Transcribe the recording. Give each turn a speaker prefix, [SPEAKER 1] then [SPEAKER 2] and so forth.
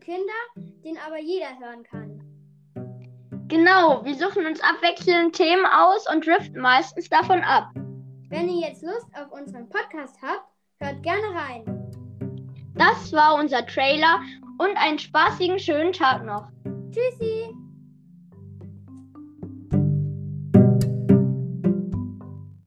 [SPEAKER 1] Kinder, den aber jeder hören kann.
[SPEAKER 2] Genau, wir suchen uns abwechselnd Themen aus und driften meistens davon ab.
[SPEAKER 1] Wenn ihr jetzt Lust auf unseren Podcast habt, hört gerne rein.
[SPEAKER 2] Das war unser Trailer und einen spaßigen schönen Tag noch.
[SPEAKER 1] Tschüssi!